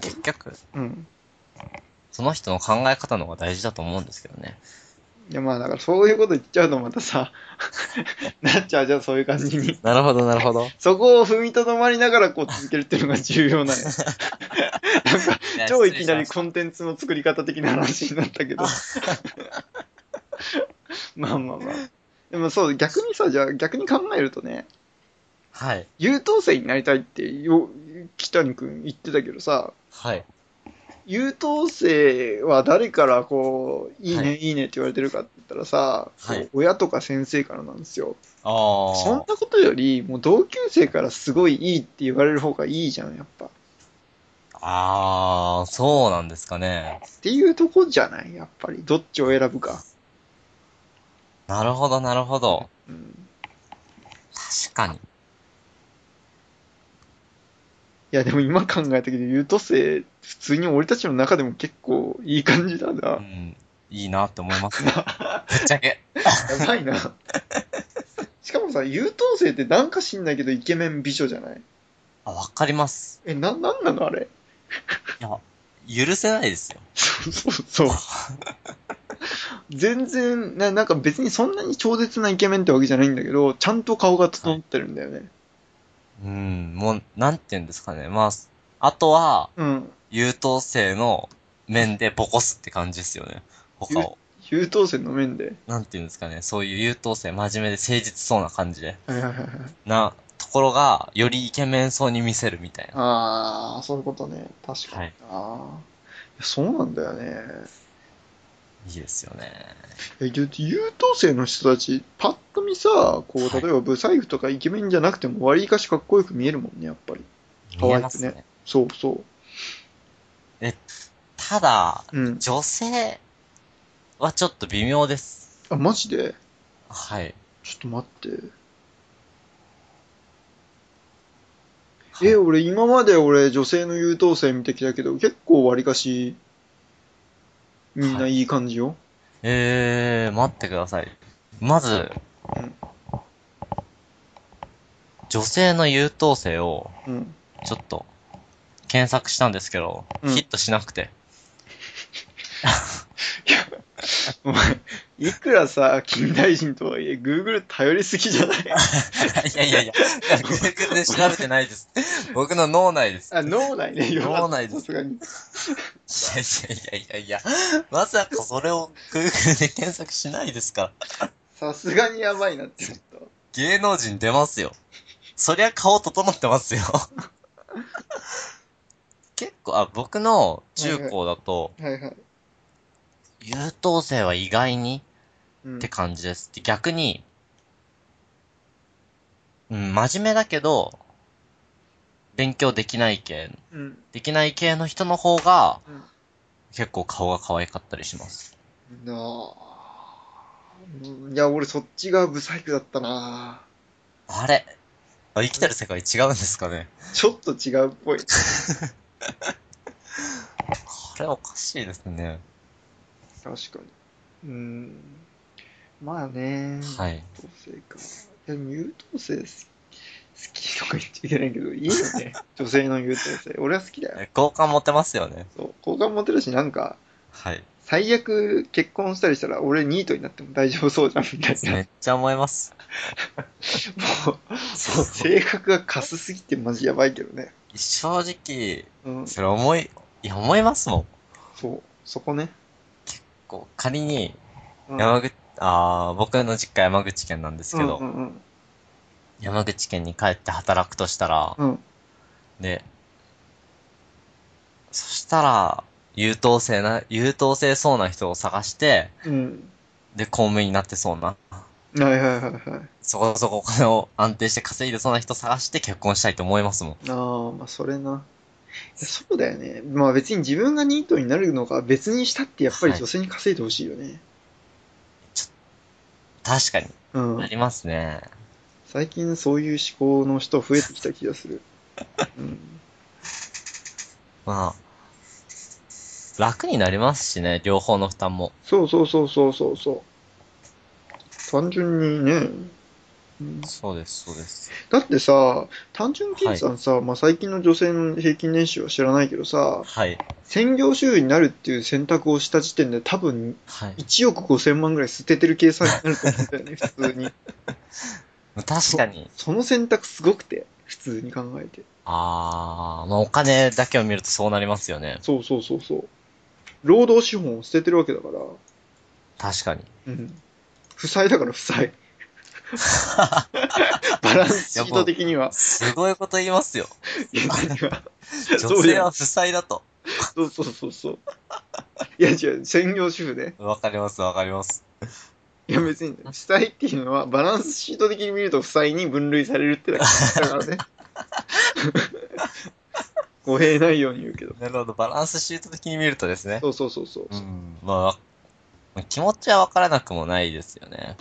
Speaker 2: 結局、
Speaker 1: うん。うん。
Speaker 2: その人の考え方の方が大事だと思うんですけどね。
Speaker 1: いやまあだからそういうこと言っちゃうとまたさ、 なっちゃうじゃん、そういう感じに。
Speaker 2: なるほど、なるほど。
Speaker 1: そこを踏みとどまりながらこう続けるっていうのが重要な のよ。超いきなりコンテンツの作り方的な話になったけど。 まあまあまあ。でもそう、逆にさ、じゃあ逆に考えるとね、
Speaker 2: はい。
Speaker 1: 優等生になりたいってよ、北谷君言ってたけどさ、
Speaker 2: はい。
Speaker 1: 優等生は誰からこう、いいね、、
Speaker 2: はい
Speaker 1: いねって言われてるかって言ったらさ、
Speaker 2: はい
Speaker 1: 親とか先生からなんですよ。
Speaker 2: ああ。
Speaker 1: そんなことより、もう同級生からすごいいいって言われる方がいいじゃん、やっぱ。っ
Speaker 2: ああ、そうなんですかね。
Speaker 1: ていうとこじゃないやっぱり。どっちを選ぶか。
Speaker 2: なるほど、なるほど。
Speaker 1: うん
Speaker 2: 確かに。
Speaker 1: いや、でも今考えたけど、優等生、普通に俺たちの中でも結構いい感じだ
Speaker 2: う
Speaker 1: な。
Speaker 2: ん。いいなって思います ね。ぶっちゃけ。
Speaker 1: やばいな。 しかもさ、優等生ってなんか知んないけど、イケメン美女じゃない
Speaker 2: あ、わかります。
Speaker 1: え、な、なんなのあれ。
Speaker 2: いや、許せないですよ。
Speaker 1: そうそうそう。 全然な、なんか別にそんなに超絶なイケメンってわけじゃないんだけど、ちゃんと顔が整ってるんだよね。
Speaker 2: うん、もう、なんて言うんですかね。まあ、あとは、
Speaker 1: うん。
Speaker 2: 優等生の面でボコすって感じですよね。他を。
Speaker 1: 優等生の面で。
Speaker 2: なんて言うんですかね。そういう優等生、真面目で誠実そうな感じで。
Speaker 1: はいはいはいはい。
Speaker 2: な、ところが、よりイケメンそうに見せるみたいな。
Speaker 1: ああ、そういうことね。確かに。
Speaker 2: はい
Speaker 1: ああ。いやそうなんだよね。
Speaker 2: いいですよね。
Speaker 1: え、だって優等生の人たち、パッと見さ、こ
Speaker 2: は
Speaker 1: う、
Speaker 2: い
Speaker 1: 例えばブサイクとかイケメンじゃなくても、わりかしかっこよく見えるもんね、やっぱり。
Speaker 2: 見えます
Speaker 1: 可愛く
Speaker 2: ね。
Speaker 1: そうそ
Speaker 2: ただ、
Speaker 1: う。うん。
Speaker 2: 女性はちょっと微妙です。
Speaker 1: あ、マジで
Speaker 2: はい。
Speaker 1: ちょっと待って。
Speaker 2: は
Speaker 1: え、
Speaker 2: い
Speaker 1: 俺、今まで俺、女性の優等生見てきたけど、結構わりかし、みんないい感じよ。
Speaker 2: えー、待ってください。まず
Speaker 1: うん、
Speaker 2: 女性の優等生を、
Speaker 1: うん。
Speaker 2: ちょっと、検索したんですけど、
Speaker 1: うん
Speaker 2: ヒットしなくて。
Speaker 1: お前、いくらさ、近代人とはいえ、Google 頼りすぎじゃない
Speaker 2: いやいやいや、Google で調べてないです。僕の脳内です。
Speaker 1: あ、脳内ね、よかった
Speaker 2: 脳内です
Speaker 1: さすがに。
Speaker 2: いやいやいやいやいや、まさかそれを Google で検索しないですから。
Speaker 1: さすがにやばいなって思った。
Speaker 2: 芸能人出ますよ。そりゃ顔整ってますよ。 結構、あ、僕の中高だと、
Speaker 1: はいはい。
Speaker 2: 優等生は意外に
Speaker 1: うん
Speaker 2: って感じです。で逆に、うん、真面目だけど、勉強できない系、
Speaker 1: うん。
Speaker 2: できない系の人の方が
Speaker 1: うん、
Speaker 2: 結構顔が可愛かったりします。
Speaker 1: なあ。うんいや、俺そっちがブサイクだったな。
Speaker 2: あれあ生きてる世界違うんですかね
Speaker 1: ちょっと違うっぽい。
Speaker 2: これおかしいですね。
Speaker 1: 確かに。うん。まあね。
Speaker 2: はい。
Speaker 1: 優等生か。いや、でも優等生好き好きとか言っちゃいけないけど、いいよね。女性の優等生。俺は好きだよ。
Speaker 2: え好感持てますよね。
Speaker 1: そう。好感持てるし、なんか、
Speaker 2: はい。
Speaker 1: 最悪結婚したりしたら俺ニートになっても大丈夫そうじゃんみたいな。
Speaker 2: めっちゃ思います。
Speaker 1: もう、
Speaker 2: そうそう
Speaker 1: 性格がカスすぎてマジやばいけどね。
Speaker 2: 正直、
Speaker 1: うん。
Speaker 2: それ思い、いや思いますもん。
Speaker 1: そう。そこね。
Speaker 2: こう仮に、
Speaker 1: うん
Speaker 2: 山口、ああ、僕の実家山口県なんですけど、
Speaker 1: うんうん
Speaker 2: 山口県に帰って働くとしたら、
Speaker 1: うん。うん。
Speaker 2: で、そしたら、優等生な、優等生そうな人を探して、
Speaker 1: うん。
Speaker 2: で、公務員になってそうな、
Speaker 1: はいはいはいはい。
Speaker 2: そこそこお金を安定して稼いでそうな人探して結婚したいと思いますもん。
Speaker 1: ああ、まあそれな。いやそうだよね。まあ別に自分がニートになるのか別にしたってやっぱり女性に稼いでほしいよね。
Speaker 2: 確かに。
Speaker 1: う
Speaker 2: あ
Speaker 1: ん。
Speaker 2: りますね。
Speaker 1: 最近そういう思考の人増えてきた気がする。うん。
Speaker 2: まあ、楽になりますしね、両方の負担も。
Speaker 1: そうそうそうそうそうそう。単純にね。うん
Speaker 2: そうです、そうです。
Speaker 1: だってさ、単純計算さ、まあ最近の女性の平均年収は知らないけどさ、
Speaker 2: はい。
Speaker 1: 専業主婦になるっていう選択をした時点で多分
Speaker 2: はい。
Speaker 1: 1億5千万ぐらい捨ててる計算になると思うんだよね、普通に。
Speaker 2: 確かに。
Speaker 1: その選択すごくて、普通に考えて。
Speaker 2: あー、まあお金だけを見るとそうなりますよね。
Speaker 1: そうそうそうそう。労働資本を捨ててるわけだから、
Speaker 2: 確かに。
Speaker 1: うん。負債だから負債。バランスシート的には。
Speaker 2: すごいこと言います よ。
Speaker 1: そうだ
Speaker 2: 女性
Speaker 1: よ
Speaker 2: は不債だと。
Speaker 1: そうそうそうそう。いや違う、専業主婦ね。
Speaker 2: わかります、わかります。
Speaker 1: いや別に、負債っていうのはバランスシート的に見ると負債に分類されるってだけだから ね。語弊ないように言うけど。
Speaker 2: なるほど、バランスシート的に見るとですね。
Speaker 1: そうそうそうそう。
Speaker 2: うん。まあわ、まあ気持ちはわからなくもないですよね。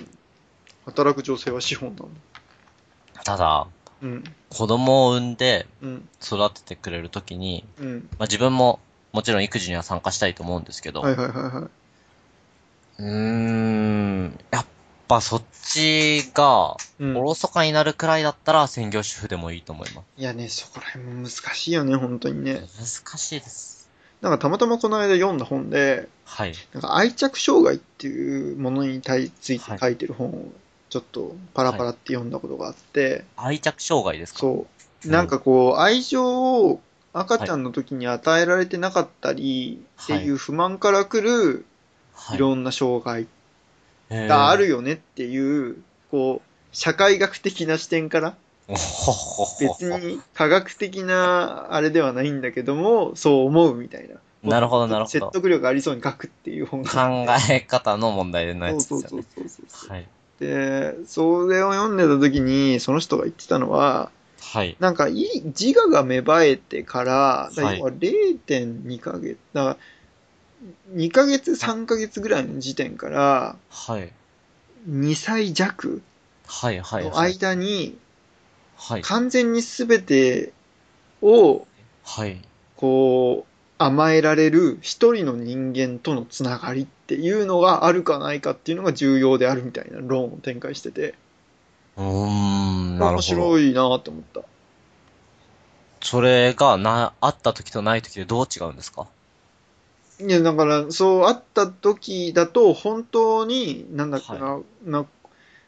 Speaker 1: 働く女性は資本なんだ。
Speaker 2: ただ、
Speaker 1: うん、
Speaker 2: 子供を産んで
Speaker 1: うん、
Speaker 2: 育ててくれるときに、
Speaker 1: うん。
Speaker 2: まあ自分ももちろん育児には参加したいと思うんですけど、
Speaker 1: はいはいはいは
Speaker 2: うーん、やっぱそっちが、
Speaker 1: い。う
Speaker 2: お
Speaker 1: ん、
Speaker 2: ろそかになるくらいだったら専業主婦でもいいと思いま
Speaker 1: いやね、そこら辺も難しいよね、本当にね。
Speaker 2: す。難しいです。
Speaker 1: なんかたまたまこの間読んだ本で、
Speaker 2: はい。
Speaker 1: なんか愛着障害っていうものに対ついて書いてる本をちょっとパラパラって読んだことがあって、
Speaker 2: 愛着障害ですか
Speaker 1: そう。
Speaker 2: うん
Speaker 1: なんかこう、愛情を赤ちゃんの時に与えられてなかったりって
Speaker 2: はい
Speaker 1: いう不満から来る
Speaker 2: はい
Speaker 1: ろんな障害
Speaker 2: い
Speaker 1: があるよねっていう、こう、社会学的な視点から、
Speaker 2: ほほほ
Speaker 1: 別
Speaker 2: ほ。
Speaker 1: に科学的なあれではないんだけども、そう思うみたいな。
Speaker 2: なるほど、なるほ
Speaker 1: 説
Speaker 2: ど。
Speaker 1: 得力ありそうに書くっていう本があっ
Speaker 2: 考え方の問題でない
Speaker 1: て。
Speaker 2: です
Speaker 1: そう
Speaker 2: よ
Speaker 1: そうそう
Speaker 2: ね。
Speaker 1: そうそう。
Speaker 2: はい。
Speaker 1: で、それを読んでた時に、その人が言ってたのは、
Speaker 2: はい。
Speaker 1: なんかいい自我が芽生えてから、だから
Speaker 2: はい
Speaker 1: 要は0.2ヶ月、だから2ヶ月、3ヶ月ぐらいの時点から、
Speaker 2: はい。
Speaker 1: 2歳弱
Speaker 2: はい、はい。
Speaker 1: の
Speaker 2: はい。
Speaker 1: 間に、
Speaker 2: はい。
Speaker 1: 完全に全てを、
Speaker 2: はい。
Speaker 1: こう、甘えられる一人の人間とのつながりっていうのがあるかないかっていうのが重要であるみたいな論を展開してて、
Speaker 2: うーん、
Speaker 1: 面
Speaker 2: なるほど。
Speaker 1: 白いなと思った。
Speaker 2: それが、な、あった時とない時でどう違うんですか
Speaker 1: いや、だから、そうあった時だと、本当に、なんだっけな、な、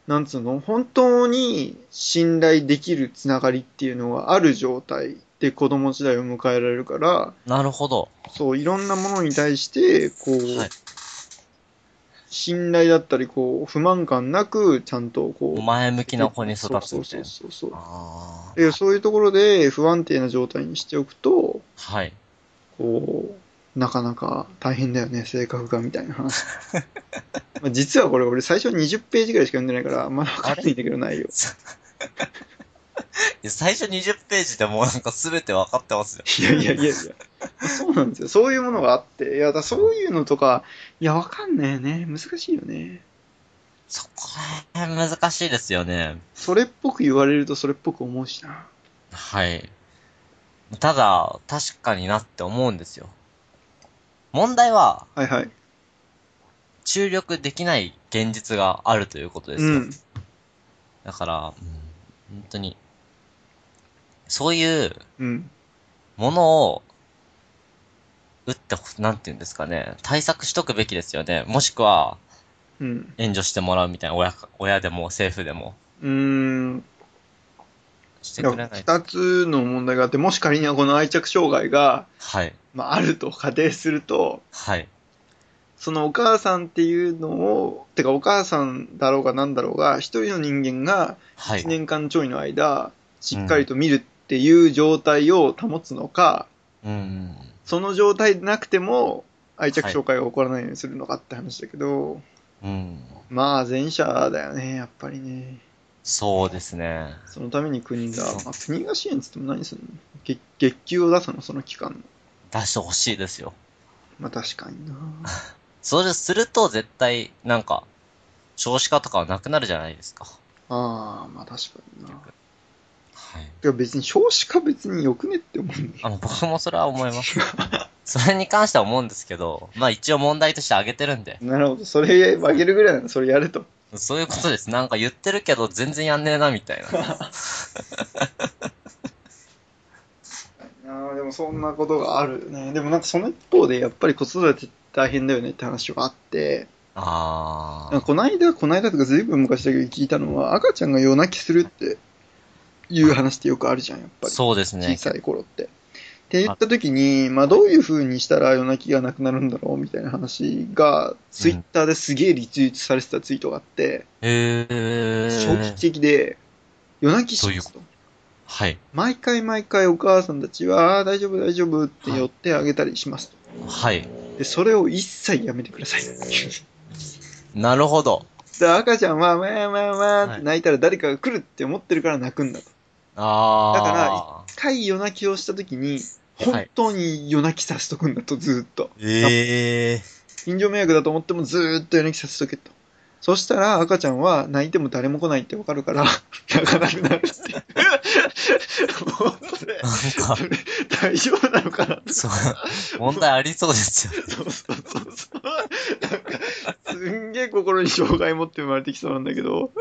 Speaker 1: なんつうの、本当に信頼できるつながりっていうのがある状態で子供時代を迎えられるから、
Speaker 2: なるほど。
Speaker 1: そう、いろんなものに対して、こう、
Speaker 2: はい
Speaker 1: 信頼だったり、こう、不満感なく、ちゃんと、こう、
Speaker 2: 前向きな子に育つみたいな。
Speaker 1: そうそうそうそうそう
Speaker 2: あ
Speaker 1: で
Speaker 2: ー
Speaker 1: そういうところで不安定な状態にしておくと、
Speaker 2: はい。
Speaker 1: こう、なかなか大変だよね、性格がみたいな 話。まあ実はこれ、俺最初20ページぐらいしか読んでないから、まだわかんないんだけど、内容。
Speaker 2: や最初20ページでもうなんか全て分かってますよ。
Speaker 1: いやいやいやいや。そうなんですよ。そういうものがあって。いや、だからそういうのとか、いや、わかんないよね。難しいよね。
Speaker 2: そこら辺難しいですよね。
Speaker 1: それっぽく言われるとそれっぽく思うしな。
Speaker 2: はい。ただ、確かになって思うんですよ。問題は、
Speaker 1: はいはい。
Speaker 2: 注力できない現実があるということです
Speaker 1: う
Speaker 2: よ。
Speaker 1: ん。
Speaker 2: だから、うん本当に、そういう
Speaker 1: うん。
Speaker 2: ものを、打ってほ、なんて言うんですかね、対策しとくべきですよね。もしくは、
Speaker 1: うん。
Speaker 2: 援助してもらうみたいな、親か、親でも政府でも、
Speaker 1: うーん。
Speaker 2: してくれないと。
Speaker 1: 2つの問題があって、もし仮にこの愛着障害が、
Speaker 2: はい。
Speaker 1: まあ、あると仮定すると、
Speaker 2: はい。
Speaker 1: そのお母さんっていうのを、てかお母さんだろうがなんだろうが、一人の人間が
Speaker 2: は
Speaker 1: 1
Speaker 2: い。
Speaker 1: 年間ちょいの間、しっかりと見るっていう状態を保つのか、
Speaker 2: うん。
Speaker 1: その状態でなくても愛着障害が起こらないようにするのかって話だけど、
Speaker 2: うん。
Speaker 1: まあ前者だよね、やっぱりね。
Speaker 2: そうですね。
Speaker 1: そのために国が
Speaker 2: そう、
Speaker 1: まあ、国が支援っつっても何するの月月給を出すの、その期間の。
Speaker 2: 出してほしいですよ。
Speaker 1: まあ確かに な。
Speaker 2: それすると絶対、なんか、少子化とかはなくなるじゃないですか。
Speaker 1: ああ、まあ確かにな。
Speaker 2: はい。
Speaker 1: てか別に少子化別によくねって思うんだけど
Speaker 2: あの、僕もそれは思います。それに関しては思うんですけど、まあ一応問題として挙げてるんで、
Speaker 1: なるほど。それあげるぐらいならそれやれと。
Speaker 2: そういうことです。なんか言ってるけど全然やんねえな、みたい な。
Speaker 1: ああ、でもそんなことがあるね。でもなんかその一方でやっぱり子育て大変だよねって話があって、
Speaker 2: あ
Speaker 1: なんかこの間、この間とかずいぶん昔だけど聞いたのは、赤ちゃんが夜泣きするっていう話ってよくあるじゃん、やっぱ
Speaker 2: ー。
Speaker 1: り。
Speaker 2: そうです
Speaker 1: 小
Speaker 2: ね。
Speaker 1: さい頃って。って言った時に、まあどういう風にしたら夜泣きがなくなるんだろうみたいな話が、ツイッターですげえリツイートされてたツイートがあって、
Speaker 2: え
Speaker 1: 衝撃
Speaker 2: ー。
Speaker 1: 的で、夜泣きしますと。
Speaker 2: はい。
Speaker 1: 毎回毎回お母さんたちは、ああー、大丈夫大丈夫って寄ってあげたりしますと。
Speaker 2: はい。
Speaker 1: で、それを一切やめてくださいっていう。
Speaker 2: なるほど。
Speaker 1: で、赤ちゃんは、まあまあまあっ
Speaker 2: は
Speaker 1: て
Speaker 2: い
Speaker 1: 泣いたら誰かが来るって思ってるから泣くんだと。
Speaker 2: あー。
Speaker 1: だから一回夜泣きをした時に、
Speaker 2: はい
Speaker 1: 本当に夜泣きさせとくんだと、ずーっと。
Speaker 2: えー。
Speaker 1: 近所迷惑だと思ってもずーっと夜泣きさせとけと。そしたら赤ちゃんは泣いても誰も来ないってわかるから、泣かなくなるっ ていう。もうそれ、
Speaker 2: なんか、
Speaker 1: それ大丈夫なのかなって
Speaker 2: そう、問題ありそうですよ。
Speaker 1: そうそうそうそう。なんか、すんげえ心に障害持って生まれてきそうなんだけど。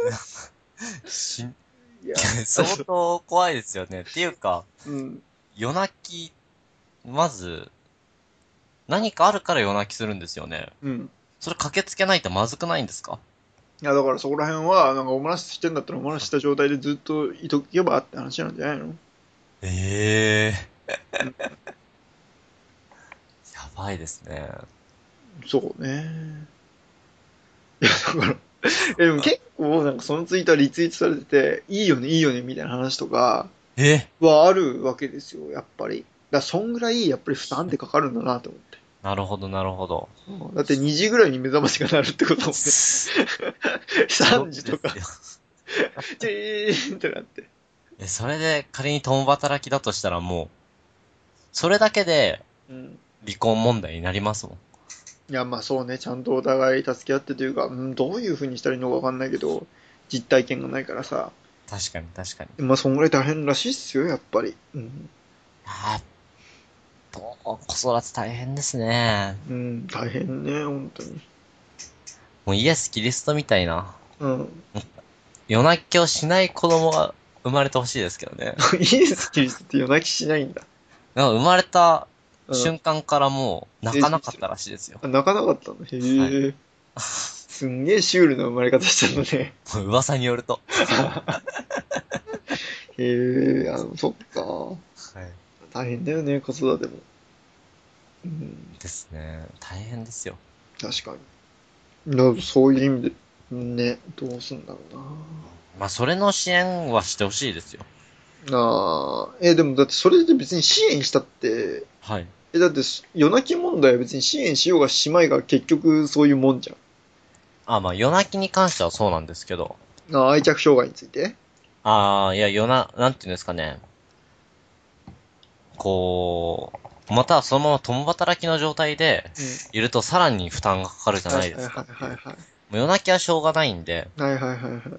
Speaker 2: しん
Speaker 1: いや、
Speaker 2: 相当怖いですよね。っていうか、
Speaker 1: うん。
Speaker 2: 夜泣き、まず、何かあるから夜泣きするんですよね。
Speaker 1: うん。
Speaker 2: それ駆けつけないとまずくないんですか
Speaker 1: いや、だからそこら辺は、なんかお漏らししてんだったらお漏らしした状態でずっといとけばって話なんじゃないの
Speaker 2: ええやばいですね。
Speaker 1: そうね。いや、だから、えでも結構、なんかそのツイートはリツイートされてて、いいよね、いいよね、みたいな話とか
Speaker 2: え
Speaker 1: はあるわけですよ、やっぱり。だからそんぐらい、やっぱり負担ってかかるんだなと思って。
Speaker 2: なるほど、なるほど。
Speaker 1: うんだって2時ぐらいに目覚ましが鳴るってこともね、3時とか、チーンってなって。
Speaker 2: え、それで仮に共働きだとしたらもう、それだけで
Speaker 1: うん。
Speaker 2: 離婚問題になりますもん。
Speaker 1: いや、まあそうね、ちゃんとお互い助け合ってというか、うん、どういうふうにしたらいいのかわかんないけど、実体験がないからさ、
Speaker 2: 確かに、確かに。
Speaker 1: まあそんぐらい大変らしいっすよ、やっぱり。うん。
Speaker 2: あーどう子育て大変ですね。
Speaker 1: うん、大変ね、本当に。
Speaker 2: もうイエス・キリストみたいな。
Speaker 1: うん。
Speaker 2: 夜泣きをしない子供が生まれてほしいですけど ね。
Speaker 1: イエス・キリストって夜泣きしないんだ。
Speaker 2: なんか生まれた
Speaker 1: うん
Speaker 2: 瞬間からもう泣かなかったらしいですよ。
Speaker 1: あ泣かなかったのへえ、すんげえシュールな生まれ方したのね。
Speaker 2: もう 噂によると。
Speaker 1: へえ、あの、そっか。大変だよね、子育ても。うん、
Speaker 2: ですね。大変ですよ。
Speaker 1: 確かに。なそういう意味で、ね、どうすんだろうな。
Speaker 2: まあ、それの支援はしてほしいですよ。
Speaker 1: ああ、え、でもだってそれで別に支援したって、
Speaker 2: はい。
Speaker 1: え、だって夜泣き問題は別に支援しようがしまいが結局そういうもんじゃん。
Speaker 2: あ、まあ、夜泣きに関してはそうなんですけど、
Speaker 1: あ愛着障害について。
Speaker 2: ああ、いや、よな、なんていうんですかね。こう、またはそのまま共働きの状態でいるとさらに負担がかかるじゃないですか。
Speaker 1: はいはいはい
Speaker 2: もう夜泣きはしょうがないんで、
Speaker 1: はい。はいはいはいはい。
Speaker 2: も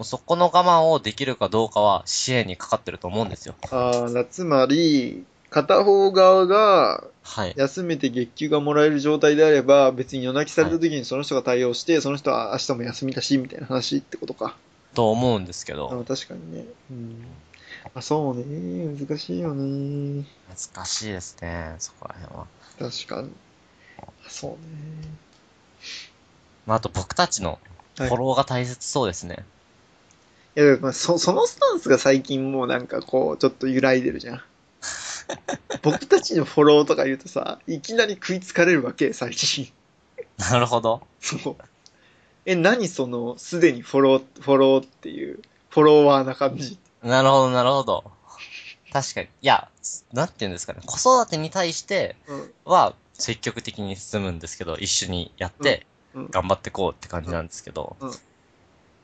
Speaker 2: うそこの我慢をできるかどうかは支援にかかってると思うんですよ。
Speaker 1: ああ、つまり、片方側が
Speaker 2: はい。
Speaker 1: 休めて月給がもらえる状態であれば、別に夜泣きされた時にその人が対応して、その人は明日も休みだし、みたいな話ってことか。
Speaker 2: と思うんですけ
Speaker 1: あ
Speaker 2: ど、
Speaker 1: 確かにね。うん。あ、そうね。難しいよね。
Speaker 2: 難しいですね、そこら辺は。
Speaker 1: 確かに。あそうね。
Speaker 2: まあ、あと僕たちのフ
Speaker 1: はい
Speaker 2: ォローが大切そうですね。
Speaker 1: いや、でもまあそ、そのスタンスが最近もうなんかこう、ちょっと揺らいでるじゃん。 僕たちのフォローとか言うとさ、いきなり食いつかれるわけ、最近。
Speaker 2: なるほど。
Speaker 1: そう。え、何その、すでにフォロー、フォローっていう、フォロワーな感じ。
Speaker 2: なるほど、なるほど。確かに。いや、なんていうんですかね。子育てに対して
Speaker 1: うん。
Speaker 2: は積極的に進むんですけど、一緒にやって
Speaker 1: うんうん
Speaker 2: 頑張ってこうって感じなんですけど
Speaker 1: うんうん、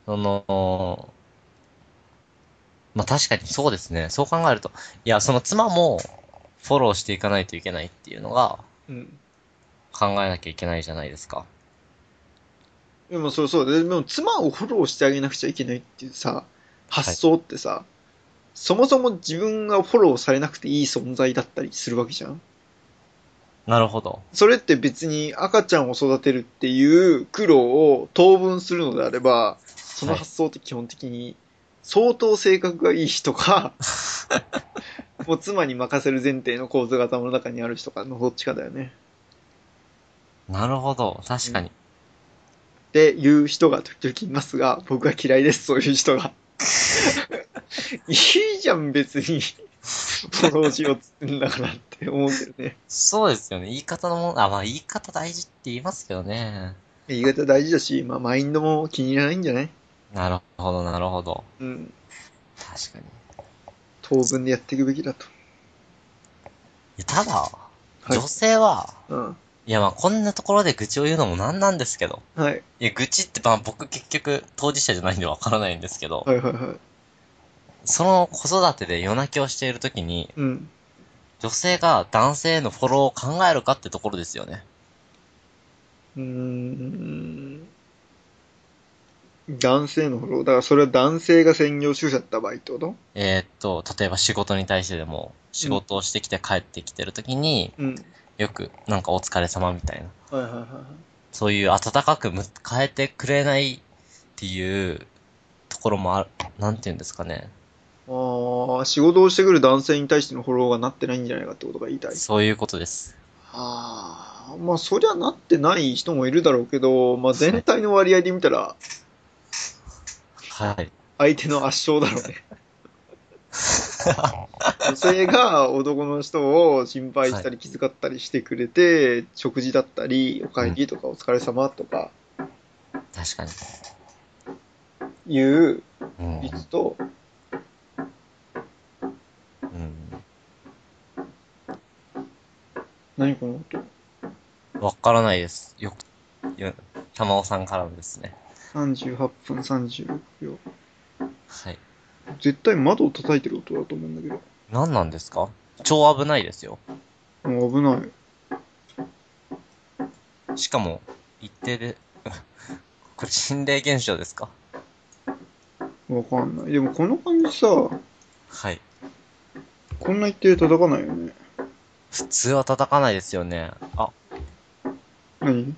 Speaker 2: その、まあ確かにそうですね。そう考えると、いや、その妻もフォローしていかないといけないっていうのが
Speaker 1: うん。
Speaker 2: 考えなきゃいけないじゃないですか。
Speaker 1: でもそうそう。ででも、妻をフォローしてあげなくちゃいけないっていうさ、発想ってさ、そもそも自分がフォローされなくていい存在だったりするわけじゃん。
Speaker 2: なるほど。
Speaker 1: それって別に赤ちゃんを育てるっていう苦労を当分するのであれば、その発想って基本的に相当性格がいい人か、もう妻に任せる前提の構図が頭の中にある人かのどっちかだよね。
Speaker 2: なるほど。確かに。
Speaker 1: っていう人が時々いますが、僕は嫌いです、そういう人 が。いいじゃん、別に。フォローしようっつってんだからって思うけどね。
Speaker 2: そうですよね。言い方のもん、あ、まあ言い方大事って言いますけどね。
Speaker 1: 言い方大事だし、まあ、マインドも気に入らないんじゃない
Speaker 2: なるほど、なるほど。
Speaker 1: うん。
Speaker 2: 確かに。い
Speaker 1: 当分でやっていくべきだと。
Speaker 2: やただ、
Speaker 1: はい
Speaker 2: 女。性は、
Speaker 1: うん。
Speaker 2: いやまあこんなところで愚痴を言うのもなんなんですけど、
Speaker 1: はい。
Speaker 2: いや愚痴ってまあ僕結局当事者じゃないんでわからないんですけど、
Speaker 1: はいはいはい。
Speaker 2: その子育てで夜泣きをしているときに、
Speaker 1: うん。
Speaker 2: 女性が男性へのフォローを考えるかってところですよね。
Speaker 1: うーん。男性のフォロー。だからそれは男性が専業主婦だった場合ってこと
Speaker 2: えーっと、例えば仕事に対してでも、仕事をしてきて帰ってきてるときに、
Speaker 1: うん。
Speaker 2: よくなんかお疲れ様みたいな、
Speaker 1: はいはいはい。
Speaker 2: そういう温かく迎えてくれないっていうところもある、なんて言うんですかね。
Speaker 1: ああ、仕事をしてくる男性に対してのフォローがなってないんじゃないかってことが言いたい。
Speaker 2: そういうことです。
Speaker 1: ああ、まあそりゃなってない人もいるだろうけど、まあ全体の割合で見たら
Speaker 2: はい。
Speaker 1: 相手の圧勝だろうね。女性が男の人を心配したり気遣ったりしてくれて、食事だったり、お帰りとかお疲れ様とか
Speaker 2: 確かに。
Speaker 1: いう
Speaker 2: うん。
Speaker 1: 率と、
Speaker 2: う
Speaker 1: 何この音
Speaker 2: ん。わからないです。よく、よ、玉尾さんからのですね。
Speaker 1: 38分36秒。
Speaker 2: はい。
Speaker 1: 絶対窓を叩いてる音だと思うんだけど。
Speaker 2: 何なんですか超危ないですよ。
Speaker 1: もう危ない。
Speaker 2: しかも、一定で、 これ心霊現象ですか
Speaker 1: わかんない。でもこの感じさ、
Speaker 2: はい。
Speaker 1: こんな一定で叩かないよね。
Speaker 2: 普通は叩かないですよね。あ、
Speaker 1: 何